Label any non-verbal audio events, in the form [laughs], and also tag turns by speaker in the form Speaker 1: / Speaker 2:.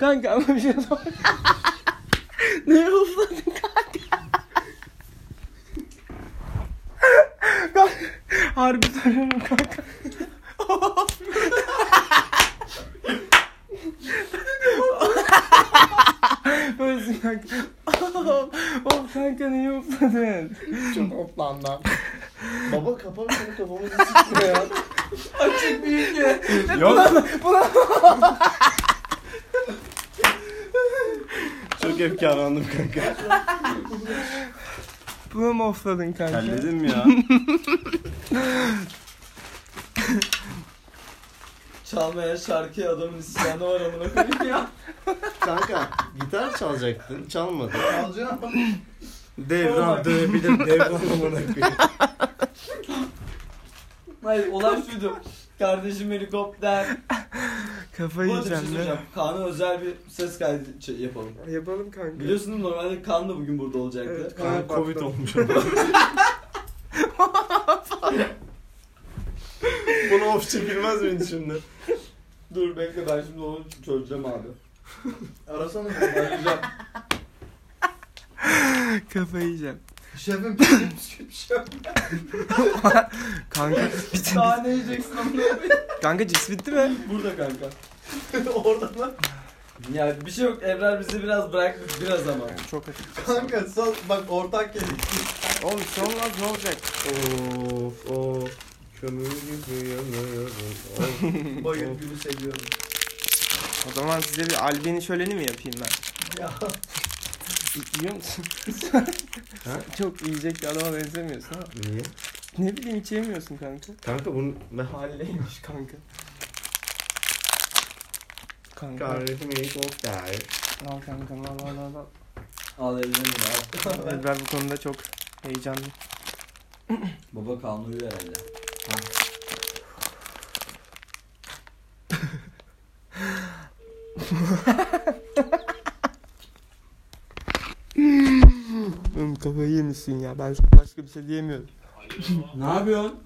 Speaker 1: Kanka ama bir şey sor. Neye ısladın kanka? kanka. Harbi soruyorum kanka. Böylesin kanka. Of şey kanka neye ısladın?
Speaker 2: Çok hoplandım. Baba kapalı seni kafamı sıkma ya. Açık büyük ya.
Speaker 3: Yok. Çok efkarlandım kanka.
Speaker 1: Buna mı ısladın kanka?
Speaker 3: Terledim ya.
Speaker 4: Çalmaya şarkıya adamın isyanı var amına
Speaker 1: [laughs]
Speaker 4: koyayım ya.
Speaker 2: Kanka gitar çalacaktın çalmadın.
Speaker 4: Alacağım.
Speaker 3: Devran dövebilir devran amına koyayım.
Speaker 4: Hayır olay şuydu. Kardeşim helikopter.
Speaker 1: Kafayı
Speaker 4: Bu arada bir şey
Speaker 1: yiyeceğim
Speaker 4: söyleyeceğim.
Speaker 1: lan.
Speaker 4: Kaan'a özel bir ses kaydı ç- yapalım.
Speaker 1: Yapalım kanka.
Speaker 4: Biliyorsunuz normalde Kaan da bugün burada olacaktı.
Speaker 1: Evet,
Speaker 3: Kanka Covid olmuş.
Speaker 2: Bunu off çekilmez miydi şimdi?
Speaker 4: Dur bekle ben şimdi onu çözeceğim abi.
Speaker 5: Arasana.
Speaker 4: Bakacağım.
Speaker 1: Kafayı yiyeceğim.
Speaker 5: Şefim benim bir şey
Speaker 4: [laughs]
Speaker 5: yok.
Speaker 1: Kanka, bitti.
Speaker 4: Daha ne yiyeceksin amına koyayım?
Speaker 1: kanka cips bitti mi?
Speaker 4: Burada kanka. [laughs]
Speaker 5: Orada lan.
Speaker 4: Ya bir şey yok Evren bizi biraz bıraktı biraz ama.
Speaker 1: Çok açık.
Speaker 5: Kanka sal bak ortak
Speaker 4: [laughs]
Speaker 5: yedik.
Speaker 1: Oğlum son lan ne olacak?
Speaker 2: Of of. Kömür gibi yanıyorum. Of.
Speaker 5: Bayır günü seviyorum.
Speaker 1: O zaman size bir albini şöleni mi yapayım ben?
Speaker 5: Ya
Speaker 1: Y- Yiyor musun?
Speaker 2: Ha?
Speaker 1: [laughs] Çok yiyecek bir adama benzemiyorsun ha.
Speaker 2: Niye?
Speaker 1: Ne bileyim hiç yemiyorsun kanka.
Speaker 2: Kanka bunu ben
Speaker 1: Halleymiş kanka. Kanka.
Speaker 2: Kardeşim iyi çok değer.
Speaker 1: Al kanka al al al. al.
Speaker 4: Al elini ya.
Speaker 1: Ezber bu konuda çok heyecanlı.
Speaker 4: Baba Kaan uyuyor herhalde.
Speaker 1: Oğlum kafayı yemişsin ya ben başka bir şey diyemiyorum.
Speaker 4: Ne yapıyorsun?